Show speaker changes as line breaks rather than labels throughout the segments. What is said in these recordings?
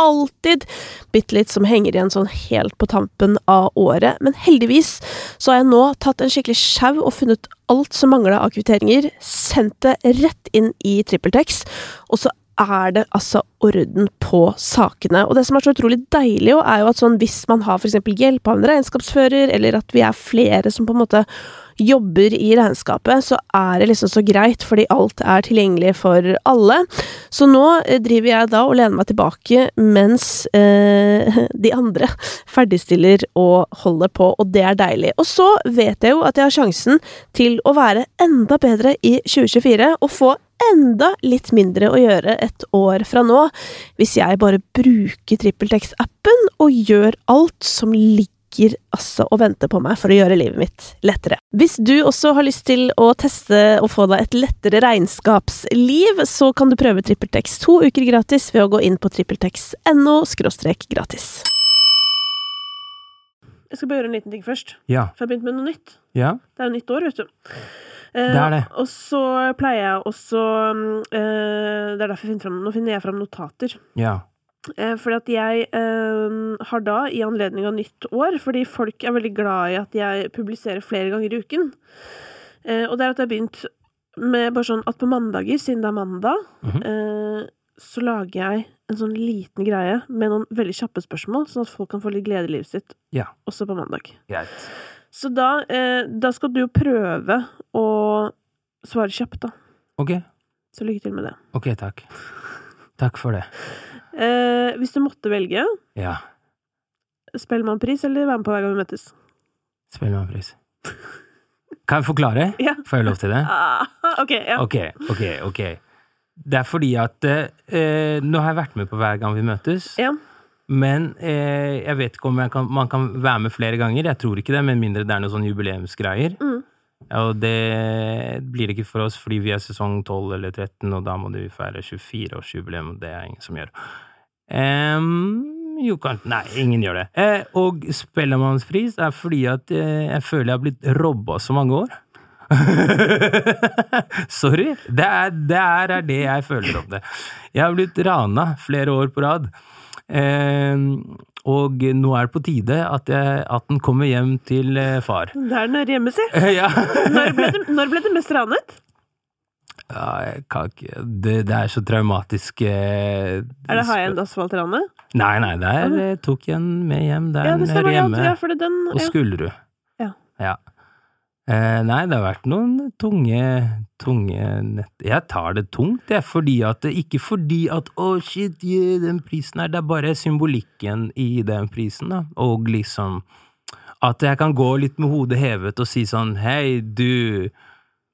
alltid bitte litt som henger igjen sånn helt på tampen av året. Men heldigvis så har jeg nå tatt en skikkelig sjau og funnet alt som mangla av kvitteringer, sendt det rett inn i TrippelTex, og så er det altså orden på sakene. Og det som er så utrolig deilig, jo, er jo at sånn, hvis man har for eksempel hjelp av en regnskapsfører, eller at vi er flere som på en måte jobber i regnskapet, så er det liksom så greit, fordi alt er tilgjengelig for alle. Så nå eh, driver jeg da og lener meg tilbake mens eh, de andre ferdigstiller og holder på, og det er deilig. Og så vet jeg jo at jeg har sjansen til å være enda bedre i 2024 og få enda litt mindre å gjøre et år fra nå, hvis jeg bare bruker TrippelTex-appen og gjør alt som ligger ligger altså og venter på meg for å gjøre livet mitt lettere. Hvis du også har lyst til å teste og få deg et lettere regnskapsliv, så kan du prøve TrippelTex to uker gratis ved å gå inn på trippeltex.no – gratis. Jeg skal bare gjøre en liten ting først,
Ja.
for jeg har begynt med noe nytt.
Ja.
Det er jo nytt år, vet du. Eh,
Det er det.
Og så pleier jeg også eh, Det er derfor jeg finner fram, nå finner jeg fram notater.
Ja.
Eh, Fordi at jeg eh, har da, i anledning av nytt år, fordi folk er veldig glad i at jeg publiserer flere ganger i uken, eh, og det er at jeg har begynt med bare sånn at på mandager, siden det er mandag,
Mhm.
eh, så lager jeg en sånn liten greie med noen veldig kjappe spørsmål, sånn at folk kan få litt glede i livet sitt,
Ja.
også på mandag.
Greit.
Så da, eh, da skal du jo prøve å svare kjapt, da.
Ok.
Så lykke til med det.
Ok, takk. Takk for det.
Eh, hvis du måtte velge,
Ja.
Spellemannpris eller Være med på hver gang vi møtes?
Spill meg en pris. Kan jeg forklare?
Ja.
Får jeg lov til det?
Ah, ok, ja.
Ok, ok, ok. Det er fordi at eh, Nå har jeg vært med på hver gang vi møtes.
Ja.
Men eh, jeg vet ikke om jeg kan, man kan være med flere ganger. Jeg tror ikke det, med mindre det er noen sånne jubileumsgreier.
Mm.
Og det blir det ikke for oss fordi vi er sesong 12 eller 13, og da må du feire 24-årsjubileum, og det er ingen som gjør. Em, jo, kan Nei, ingen gjør det. Eh, og Spellemannspris er fordi at eh, jeg føler jeg har blitt robba så mange år. Sorry. Det er, det er, er det jeg føler om det. Jeg har blitt rana flere år på rad. Eh, og nå er det på tide at, jeg, at den kommer hjem til eh, far.
Det er nede hjemme, si.
ja.
Når ble, det, når ble det mest ranet?
ja jeg kan ikke det, det er så traumatisk eh,
Er det high end asfalt-ranet?
Nei, nei, der eh, tok jeg den med hjem. Der
Ja, det
nede
stemmer. Ja,
hjemme.
ja, for det er den,
Og
ja.
Skullerud.
Ja.
Eh, nei, det har vært noen tunge, tunge nett... Jeg tar det tungt, jeg, fordi at det- Ikke fordi at 'å, shit, yeah, den prisen her', det er bare symbolikken i den prisen, da. Og liksom At jeg kan gå litt med hodet hevet og si sånn 'hei, du'.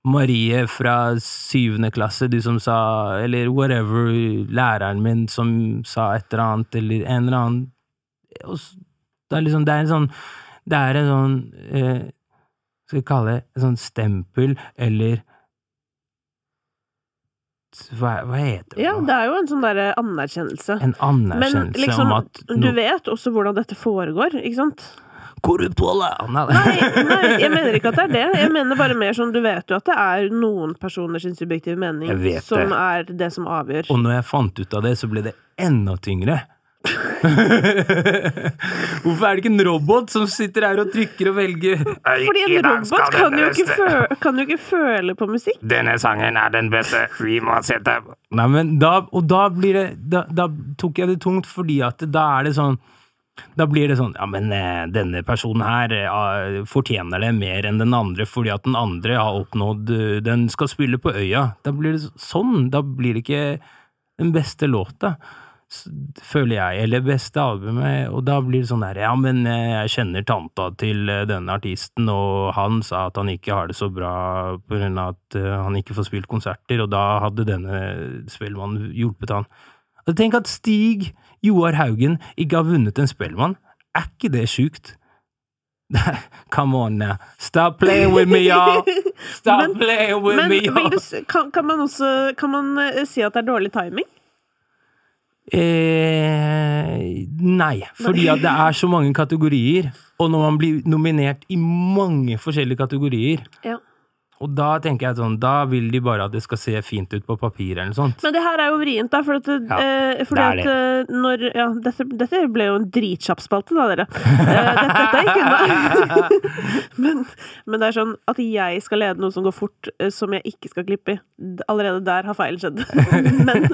Marie fra syvende klasse, du som sa Eller whatever, læreren min som sa et eller annet, eller en eller annen og s- det er liksom Det er en sånn Det er en sånn eh, Skal vi kalle det en sånn stempel, eller Hva, hva heter det?
ja,
nå?
det er jo en sånn derre anerkjennelse.
en anerkjennelse
Men liksom,
om at
du
no,
vet også hvordan dette foregår, ikke sant?
Korrupt, wallah! Nei,
Nei, nei, jeg mener ikke at det er det. Jeg mener bare mer sånn, du vet jo at det er noen personers subjektive mening
Jeg vet det.
som er det som avgjør.
Og når jeg fant ut av det, så ble det enda tyngre. Hvorfor er det ikke en robot som sitter her og trykker og velger
Fordi en robot kan jo, ikke føle, kan jo ikke føle på musikk.
Denne sangen er den beste, vi må sette Nei, men da, og da blir det da, da tok jeg det tungt, fordi at da er det sånn da blir det sånn Ja, men eh, denne personen her eh, fortjener det mer enn den andre, fordi at den andre har oppnådd eh, Den skal spille på øya. Da blir det sånn. Da blir det ikke den beste låta, s- føler jeg, eller beste albumet, og da blir det sånn der, ja, men eh, jeg kjenner tanta til eh, denne artisten, og han sa at han ikke har det så bra på grunn av at eh, han ikke får spilt konserter, og da hadde denne spillmannen hjulpet han. Altså, tenk at Stig Joar Haugen ikke har vunnet en spellmann. Er ikke det sjukt? Come on now. Stop playing with me, y'all! Stop
Men-
playing with
Men
me,
vil
y'all!
du, s- kan, kan man også kan man eh, si at det er dårlig timing?
Eh, nei, fordi at det er så mange kategorier. Og når man blir nominert i mange forskjellige kategorier,
Ja.
og da tenker jeg sånn, da vil de bare at det skal se fint ut på papir eller noe sånt.
Men det her er jo vrient, da. For at,
Ja,
eh, fordi
det er
at eh, når Ja, dette, dette ble jo en dritkjapp spalte, da, dere. Eh, dette, dette er ikke noe men, men det er sånn at jeg skal lede noe som går fort, eh, som jeg ikke skal klippe i. D- Allerede der har feilen skjedd. men,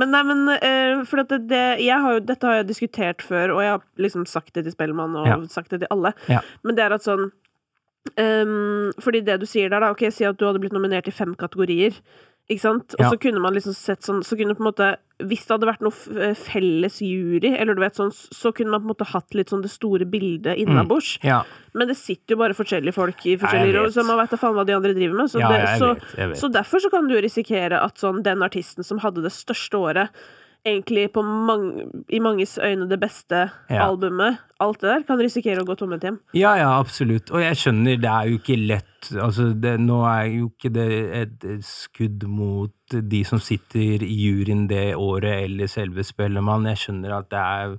men nei, men eh, For at det, det, jeg har jo, dette har jeg diskutert før, og jeg har liksom sagt det til Spellemann og
Ja.
sagt det til alle.
Ja.
Men det er at sånn ehm, Fordi det du sier der, da Ok, si at du hadde blitt nominert i fem kategorier. Ikke sant? Og
Ja.
så kunne man liksom sett sånn Så kunne på en måte Hvis det hadde vært noe f- eh, felles jury, eller du vet sånn, så kunne man på en måte hatt litt sånn det store bildet innabords.
Ja,
Men det sitter jo bare forskjellige folk i
Mm. jeg
forskjellige
vet.
roller, så man veit da faen hva de andre driver med. Så,
ja
det,
jeg
så,
vet. Jeg vet.
så derfor så kan du risikere at sånn den artisten som hadde det største året, egentlig på mange, i manges øyne det beste
Ja.
albumet, alt det der, kan risikere å gå tomhendt hjem.
Ja, ja, absolutt. Og jeg skjønner, det er jo ikke lett Altså, det, nå er jo ikke det et et skudd mot de som sitter i juryen det året, eller selve Spellemann. Jeg skjønner at det er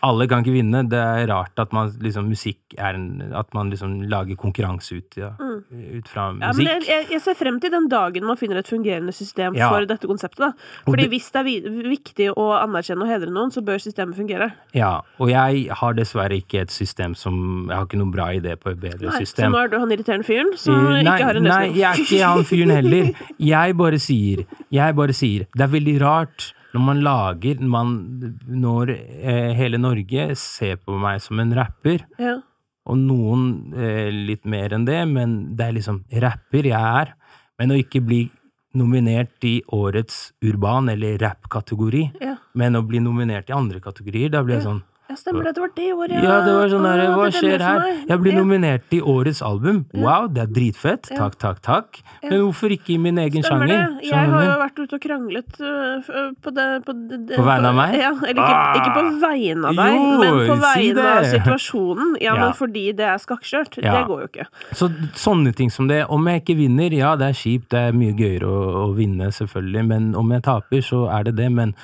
Alle kan ikke vinne. Det er rart at man liksom Musikk er en At man liksom lager konkurranse ut, ja, ut fra
Mm. Ja, men
musikk.
jeg, jeg, jeg ser frem til den dagen man finner et fungerende system
Ja.
for dette konseptet. da.
Og
Fordi
det-
hvis det er vi- viktig å anerkjenne og hedre noen, så bør systemet fungere.
Ja, og jeg har dessverre ikke et system som Jeg har ikke noe bra idé på et bedre
Nei, så
system.
nå er du han irriterende fyren som
Eh, nei,
ikke har en
nei,
løsning.
jeg er ikke han fyren heller. Jeg bare sier Jeg bare sier Det er veldig rart når man lager man, Når eh, hele Norge ser på meg som en rapper,
ja.
og noen eh, litt mer enn det, men det er liksom rapper jeg er. Men å ikke bli nominert i årets urban- eller rappkategori,
Ja.
men å bli nominert i andre kategorier, da blir jeg sånn
ja, stemmer det. Det var det året.
ja, det var
Å,
sånn der,
det
Hva
er det
skjer
for
her?
meg.
Jeg blir
Ja.
nominert i årets album. Wow, det er dritfett. Takk, takk, takk. Men hvorfor ikke i min egen
Stemmer
sjanger?
det. Jeg har jo
Skjønner du?
vært ute og kranglet øh, f- øh, på det På, det, det-
På vegne av meg?
Ja, eller ikke,
Ah!
ikke på vegne av deg,
Jo,
men på
si
vegne av
det.
situasjonen. Ja,
Ja.
men fordi det er skakkskjørt.
Ja.
Det går jo ikke.
Så sånne ting som det. Om jeg ikke vinner, ja, det er kjipt. Det er mye gøyere å, å vinne, selvfølgelig. Men om jeg taper, så er det det. Men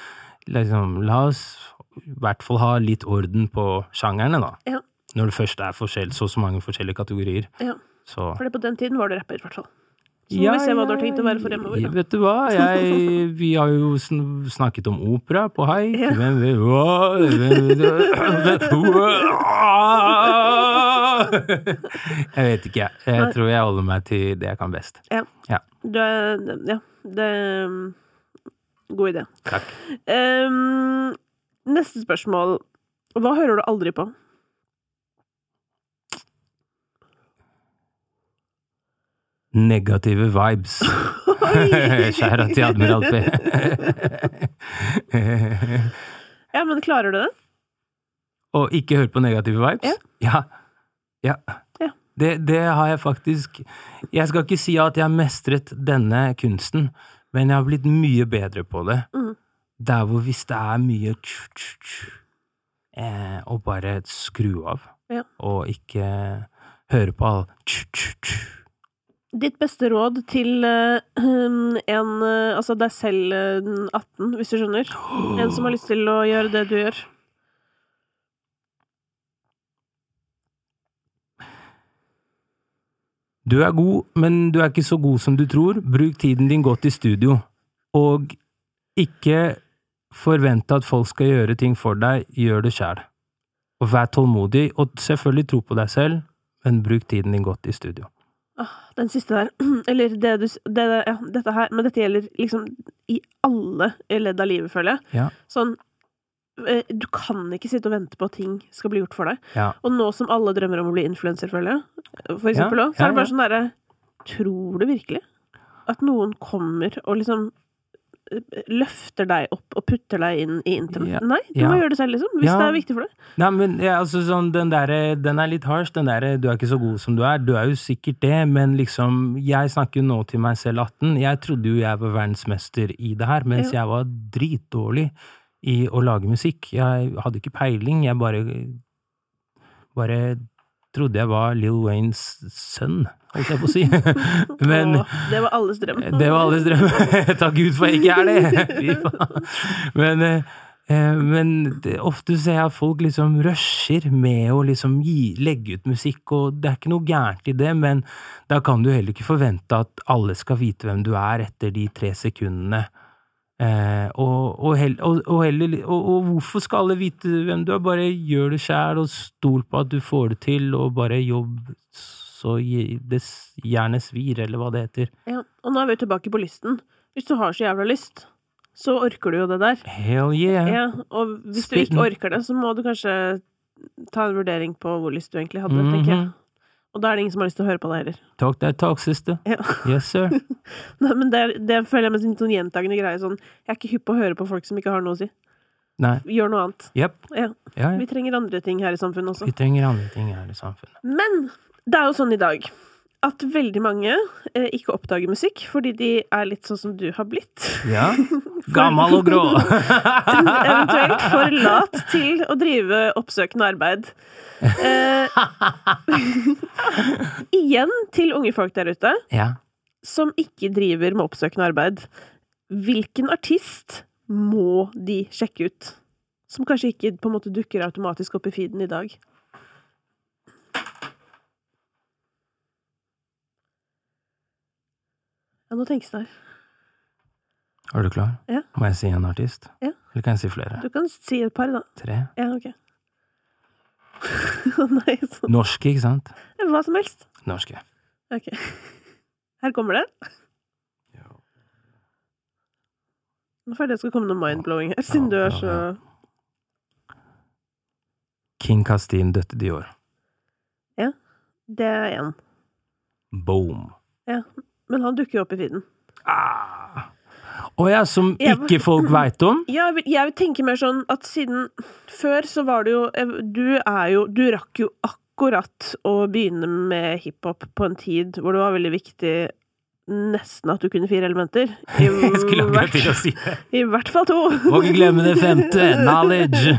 liksom, la oss i hvert fall ha litt orden på sjangerne, da.
Ja.
Når det først er forskjell, så og så mange forskjellige kategorier.
Ja.
Så
For det på den tiden var du rapper, i hvert fall. Så må vi se hva du har tenkt å være fremover, da.
Vet du hva, jeg, vi har jo sn snakket om opera på haik, men vi Åh, men- men- Åh! Jeg vet ikke, jeg. Jeg tror jeg holder meg til det jeg kan best.
Du er Ja. Det um, God idé.
Takk.
Um, neste spørsmål. Hva hører du aldri på?
Negative vibes. Skjæra til Admiral P.
Ja, men klarer du det?
Og ikke høre på negative vibes? Ja. Ja.
Ja.
Det, det har jeg faktisk Jeg skal ikke si at jeg har mestret denne kunsten, men jeg har blitt mye bedre på det.
Mhm.
Der hvor hvis det er mye tju, tju, tju, eh, Å bare skru av,
Ja.
og ikke høre på all tju, tju, tju.
Ditt beste råd til eh, en eh, Altså deg selv eh, den 18, hvis du skjønner. En som har lyst til å gjøre det du gjør.
Du er god, men du er ikke så god som du tror. Bruk tiden din godt i studio. Og ikke forvente at folk skal gjøre ting for deg. Gjør det sjæl. Og vær tålmodig, og selvfølgelig tro på deg selv, men bruk tiden din godt i studio.
Den siste der. Eller det du s- det, Ja, dette her. Men dette gjelder liksom i alle ledd av livet, føler jeg.
Ja.
Sånn eh, Du kan ikke sitte og vente på at ting skal bli gjort for deg.
Ja.
Og nå som alle drømmer om å bli influenser, føler jeg, for eksempel
Ja,
òg, så er
ja,
det bare
ja.
sånn derre Tror du virkelig at noen kommer og liksom eh, løfter deg opp og putter deg inn i internett?
Ja,
Nei, du
ja.
må gjøre det selv, liksom. Hvis
Ja.
det er viktig for deg.
Nei, men ja, altså sånn, den derre Den er litt harsh, den derre 'du er ikke så god som du er'. Du er jo sikkert det, men liksom Jeg snakker jo nå til meg selv 18. Jeg trodde jo jeg var verdensmester i det her, mens
Ja.
jeg var dritdårlig i å lage musikk. Jeg hadde ikke peiling, jeg bare Bare trodde jeg var Lill Waynes sønn, holdt jeg på å si. Men
Åh, det var alles drøm.
det var alles drøm. Takk Gud for jeg ikke er det! Fy faen. Men, eh, men det, ofte ser jeg at folk liksom rusher med å liksom gi, legge ut musikk, og det er ikke noe gærent i det, men da kan du heller ikke forvente at alle skal vite hvem du er etter de tre sekundene. Eh, og, og, hell, og, og, heller, og, og hvorfor skal alle vite hvem du er? Bare gjør det sjæl, og stol på at du får det til, og bare jobb så gi- det s- jernet svir, eller hva det heter.
Ja, og nå er vi jo tilbake på lysten. Hvis du har så jævla lyst, så orker du jo det der.
Hell yeah!
Ja, og hvis du
Spitten.
ikke orker det, så må du kanskje ta en vurdering på hvor lyst du egentlig hadde, tenker jeg.
Mhm.
Og da er det ingen som har lyst til å høre på deg heller.
Talk that talk, sister.
Ja.
Yes, sir.
Nei, men det, er- det føler jeg med sin sånn gjentagende greie sånn Jeg er ikke hypp på å høre på folk som ikke har noe å si.
Nei.
Gjør noe annet.
Jepp.
Ja.
Ja, ja.
Vi trenger andre ting her i samfunnet også.
Vi trenger andre ting her i samfunnet.
Men det er jo sånn i dag at veldig mange eh, ikke oppdager musikk fordi de er litt sånn som du har blitt.
Ja. Gammal og grå!
Eventuelt for lat til å drive oppsøkende arbeid. Eh, igjen til unge folk der ute
ja.
som ikke driver med oppsøkende arbeid. Hvilken artist må de sjekke ut? Som kanskje ikke på en måte dukker automatisk opp i feeden i dag. Ja, nå tenkes det her.
Er du klar?
Ja.
Må jeg si en artist?
Ja.
Eller kan jeg si flere?
Du kan si et par, da.
Tre?
Ja, ok. Å Nei, sånn.
Norske, ikke sant?
Hva som helst.
Norske.
Ok. Her kommer det. Nå føler jeg det skal komme noe mindblowing her, siden du
Ja,
er
ja,
så
King Castin døtte Dior.
Det er én.
Boom.
Ja. Men han dukker jo opp i feeden.
Ah. Å ja, som
Jeg-
ikke folk veit om?
Ja, jeg vil- jeg tenker mer sånn at siden Før så var det jo eh, Du er jo Du rakk jo akkurat å begynne med hiphop på en tid hvor det var veldig viktig nesten at du kunne fire elementer. I,
Jeg skulle akkurat til å
hvert,
si det.
i hvert fall to.
Må ikke glemme det femte. Knowledge.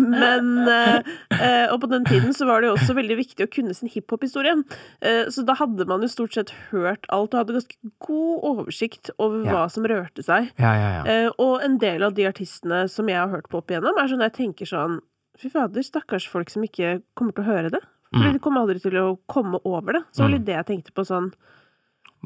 Men eh, eh, Og på den tiden så var det jo også veldig viktig å kunne sin hiphop-historie. Eh, så da hadde man jo stort sett hørt alt, og hadde ganske god oversikt over
Ja.
hva som rørte seg.
Ja, ja, ja.
Eh, og en del av de artistene som jeg har hørt på opp igjennom, er sånn jeg tenker sånn Fy fader, stakkars folk som ikke kommer til å høre det. For
Mm.
de kommer aldri til å komme over det. Så det var litt det jeg tenkte på sånn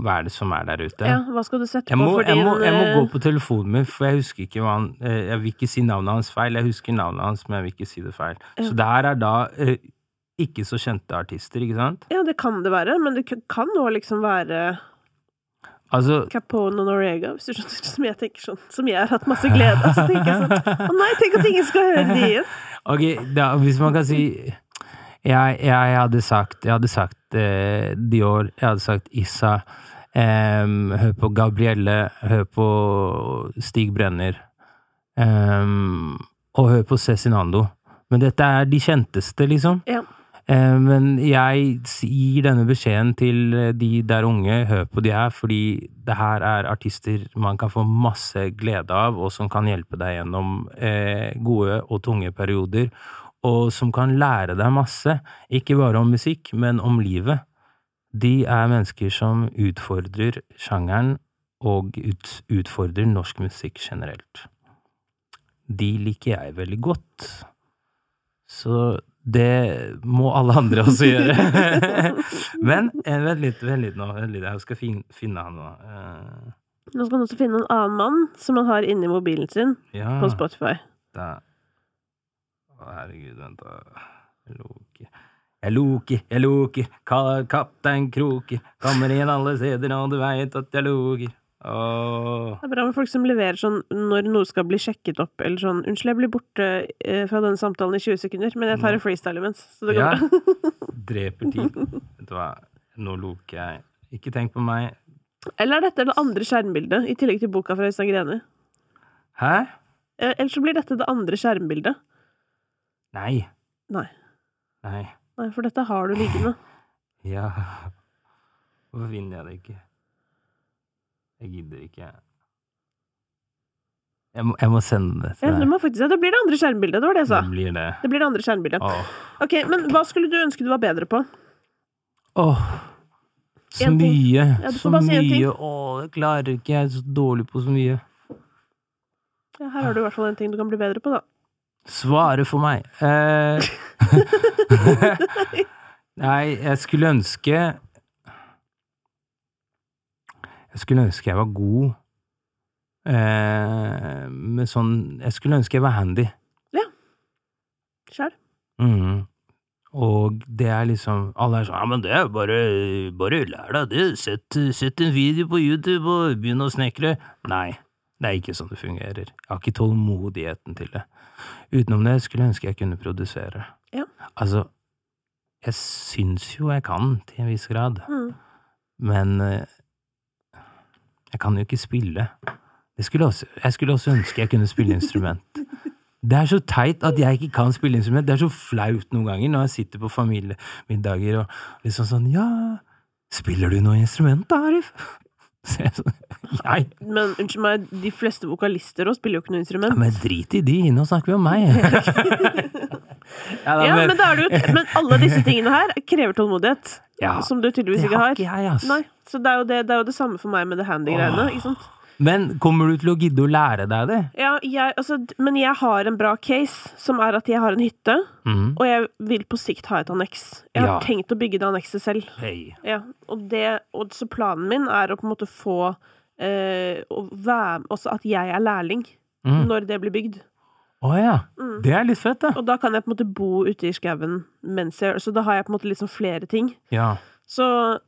Hva er det som er der ute?
Ja, hva skal du sette
Jeg må,
på for
jeg,
din
må, jeg må
eh,
gå på telefonen min, for jeg husker ikke hva han eh, Jeg vil ikke si navnet hans feil. Jeg husker navnet hans, men jeg vil ikke si det feil. Så det her er da eh, ikke så kjente artister, ikke sant?
Ja, det kan det være, men det k- kan nå liksom være
Altså
Capone og Norega, hvis du skjønner, som jeg tenker sånn Som jeg har hatt masse glede av. Så tenker jeg sånn Å nei, tenk at ingen skal høre de igjen!
Ok, da, hvis man kan si jeg, jeg hadde sagt, jeg hadde sagt eh, Dior, jeg hadde sagt Issa. em, hør på Gabrielle, hør på Stig Brenner. em, og hør på Cezinando. Men dette er de kjenteste, liksom.
Ja.
Eh, Men jeg s- gir denne beskjeden til eh, de der unge, hør på de her, fordi det her er artister man kan få masse glede av, og som kan hjelpe deg gjennom eh, gode og tunge perioder. Og som kan lære deg masse, ikke bare om musikk, men om livet. De er mennesker som utfordrer sjangeren, og ut, utfordrer norsk musikk generelt. De liker jeg veldig godt. Så det må alle andre også gjøre. Men eh, vent litt, vent litt nå. Vent litt. Jeg skal fin, finne han nå. Eh,
Nå skal han også finne en annen mann som han har inni mobilen sin,
ja,
på Spotify.
da. Å, Herregud, vent da. Jeg loker. Jeg loker, jeg loker, Ka- kaptein Kroker. Kommer inn alle steder, og du veit at jeg loker. Åh.
Det er bra med folk som leverer sånn når noe skal bli sjekket opp, eller sånn 'Unnskyld, jeg blir borte eh, fra denne samtalen i 20 sekunder, men jeg tar en freestyle imens', så det går
Ja.
bra.
Dreper tid. Vet du hva, nå loker jeg. Ikke tenk på meg.
Eller er dette det andre skjermbildet, i tillegg til boka fra Øystein Greni?
Hæ?
Eh, Eller så blir dette det andre skjermbildet.
Nei.
Nei.
Nei.
Nei, for dette har du liggende.
Ja Hvorfor finner jeg det ikke? Jeg gidder ikke. Jeg må, jeg må sende det
Ja,
til
du
deg.
må faktisk, ja, det blir det andre skjermbildet. Det var det jeg sa.
Det blir det.
Det blir det andre skjermbildet.
Åh.
Ok, Men hva skulle du ønske du var bedre på?
Åh, så
En ting.
mye.
Ja, du får
så
bare si en ting.
mye. Åh, det klarer ikke. Jeg er så dårlig på så mye.
Ja, her har du i hvert fall en ting du kan bli bedre på, da.
Svare for meg. Eh, nei, jeg skulle ønske Jeg skulle ønske jeg var god eh, med sånn Jeg skulle ønske jeg var handy.
Sjæl.
Mhm. Og det er liksom Alle er sånn Ja, men det er jo bare Bare lær deg det. Sett, sett en video på YouTube og begynn å snekre. Nei. Det er ikke sånn det fungerer. Jeg har ikke tålmodigheten til det. Utenom det skulle jeg ønske jeg kunne produsere.
Ja.
Altså, jeg syns jo jeg kan til en viss grad,
Mm.
men eh, jeg kan jo ikke spille. Det skulle også, jeg skulle også ønske jeg kunne spille instrument. Det er så teit at jeg ikke kan spille instrument. Det er så flaut noen ganger når jeg sitter på familiemiddager og liksom sånn Ja, spiller du noe instrument da, Arif? Så jeg sånn Jeg?
Men unnskyld meg, de fleste vokalister òg spiller jo ikke noe
Ja,
instrument.
men drit i de, nå snakker vi om meg. ja, da,
Ja, men, da er det jo, men alle disse tingene her krever tålmodighet,
Ja,
som du tydeligvis
det
ikke har.
ikke jeg, ass.
Nei, så det er, jo det, det er jo det samme for meg med det handy-greiene. ikke sant?
Men kommer du til å gidde å lære deg det?
Ja, jeg, altså, d- men jeg har en bra case, som er at jeg har en hytte,
Mhm.
og jeg vil på sikt ha et anneks. Jeg har
Ja.
tenkt å bygge det annekset selv.
Hei.
Ja, og, det, og så planen min er å på en måte få eh, å være, Også at jeg er lærling
Mm.
når det blir bygd.
Å ja.
Mm.
Det er litt fett, da.
Og da kan jeg på en måte bo ute i skauen mens jeg Så da har jeg på en måte liksom flere ting.
Ja.
Så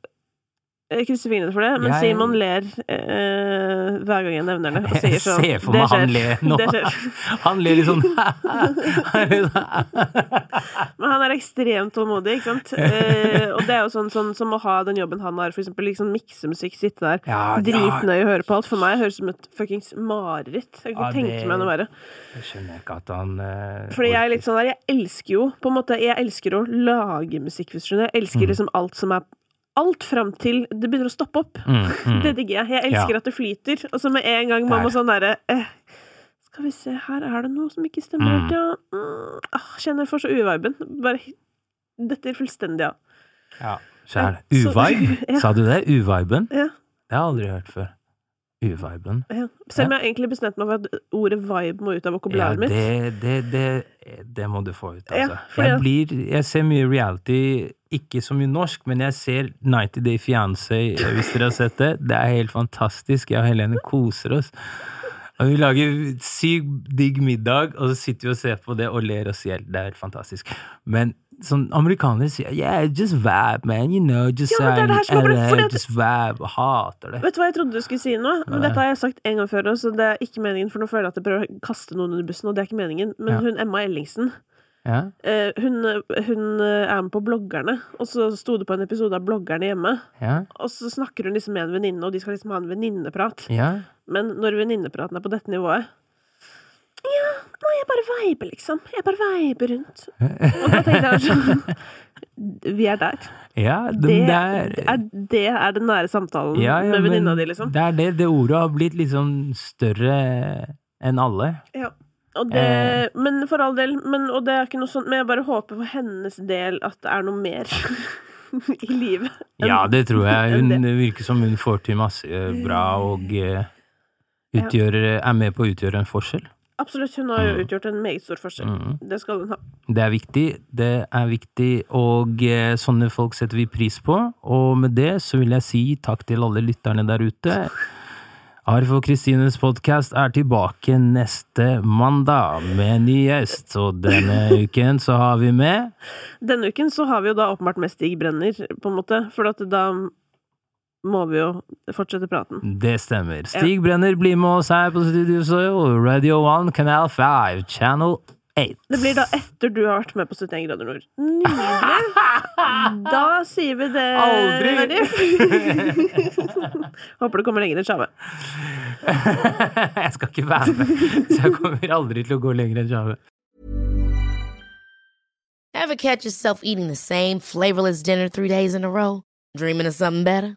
eh, krysser fingrene for det, men
Jeg-
Simon ler eh, hver gang jeg nevner det. Og sier
Jeg
sånn
ser for meg han ler nå.
Det skjer.
Han ler litt sånn Han ler sånn.
Men han er ekstremt tålmodig, ikke sant? Eh, og det er jo sånn, sånn som å ha den jobben han har, for eksempel liksom mikse musikk, sitte der
Ja, ja.
dritnøye og høre på alt. For meg høres det ut som et fuckings mareritt. Jeg kan
Ja,
ikke tenke
det-
meg noe verre.
Jeg skjønner ikke at han eh,
Fordi jeg er litt sånn der, jeg elsker jo på en måte, jeg elsker å lage musikk, hvis du skjønner. Jeg
Mm.
elsker liksom alt som er Alt fram til det begynner å stoppe opp.
mm, mm.
Det digger jeg. Jeg elsker
Ja.
at det flyter. Og så med en gang man
Der.
må sånn derre eh, Skal vi se, her er det noe som ikke stemmer
Mm.
helt, ja. Mm, ah, kjenner for så uviben. Bare detter fullstendig av.
Ja. Skjær.
Så-
Uvibe?
Ja.
Sa du det? Uviben?
Ja.
Det har jeg aldri hørt før. Uviben.
Ja. Selv om jeg egentlig bestemte meg for at ordet vibe må ut av
Ja,
vokabularet mitt.
det, det, det, det må du få ut,
Ja,
altså.
fordi
jeg,
at-
blir, jeg ser mye reality, ikke så mye norsk, men jeg ser 90 Day Fiancé, hvis dere har sett det. Det er helt fantastisk. Jeg og Helene koser oss. Og vi lager sykt digg middag, og så sitter vi og ser på det og ler oss i hjel. Det er helt fantastisk. Men sånn amerikanere sier Yeah, just vibe, man. You know, just
Ja, men det er det her som er
I'm
problemet, fordi
LA,
at-
just vibe. Jeg Hater det.
Vet du hva jeg trodde du skulle si nå? Men
Nei.
dette har jeg sagt en gang før, også, så det er ikke meningen, for nå føler jeg at jeg prøver å kaste noen under bussen, og det er ikke meningen. Men
Ja.
hun Emma Ellingsen,
Ja?
eh, hun, hun eh, er med på Bloggerne, og så sto det på en episode av Bloggerne hjemme,
Ja?
og så snakker hun liksom med en venninne, og de skal liksom ha en venninneprat.
Ja?
Men når venninnepraten er på dette nivået Ja, nei, jeg bare veiber, liksom. Jeg bare veiber rundt. Og da tenkte jeg sånn Vi er der.
ja de
Det
der-
er, det er den nære samtalen
Ja, ja,
med venninna
men
di, liksom.
Det er det. Det ordet har blitt liksom større enn alle.
Ja. Og det,
Eh.
Men for all del. Men, og det er ikke noe sånt, men jeg bare håper for hennes del at det er noe mer i livet. enn-
Ja, det tror jeg.
enn
Hun
det.
det virker som hun får til masse bra og eh, utgjør, er med på å utgjøre en forskjell.
Absolutt. Hun har
Mm.
jo utgjort en meget stor forskjell.
Mhm.
Det skal hun ha.
Det er viktig. Det er viktig, og eh, sånne folk setter vi pris på. Og med det så vil jeg si takk til alle lytterne der ute. Arf og Kristines podkast er tilbake neste mandag med en ny gjest. Og denne uken så har vi med
Denne uken så har vi jo da åpenbart med Stig Brenner, på en måte. For at da må vi jo fortsette praten.
Det stemmer. Stig Brenner blir med oss her på Studio Soyo, Radio 1, Canal 5, Channel 8.
Det blir da etter du har vært med på 71 grader nord. Nydelig! Da sier vi det,
Aldri!
Arif. Håper du kommer lenger enn Tjave.
jeg skal ikke være med, så jeg kommer aldri til å gå lenger enn Jave.
Ever catch yourself eating the same flavorless dinner three days in a row? Dreaming of something better?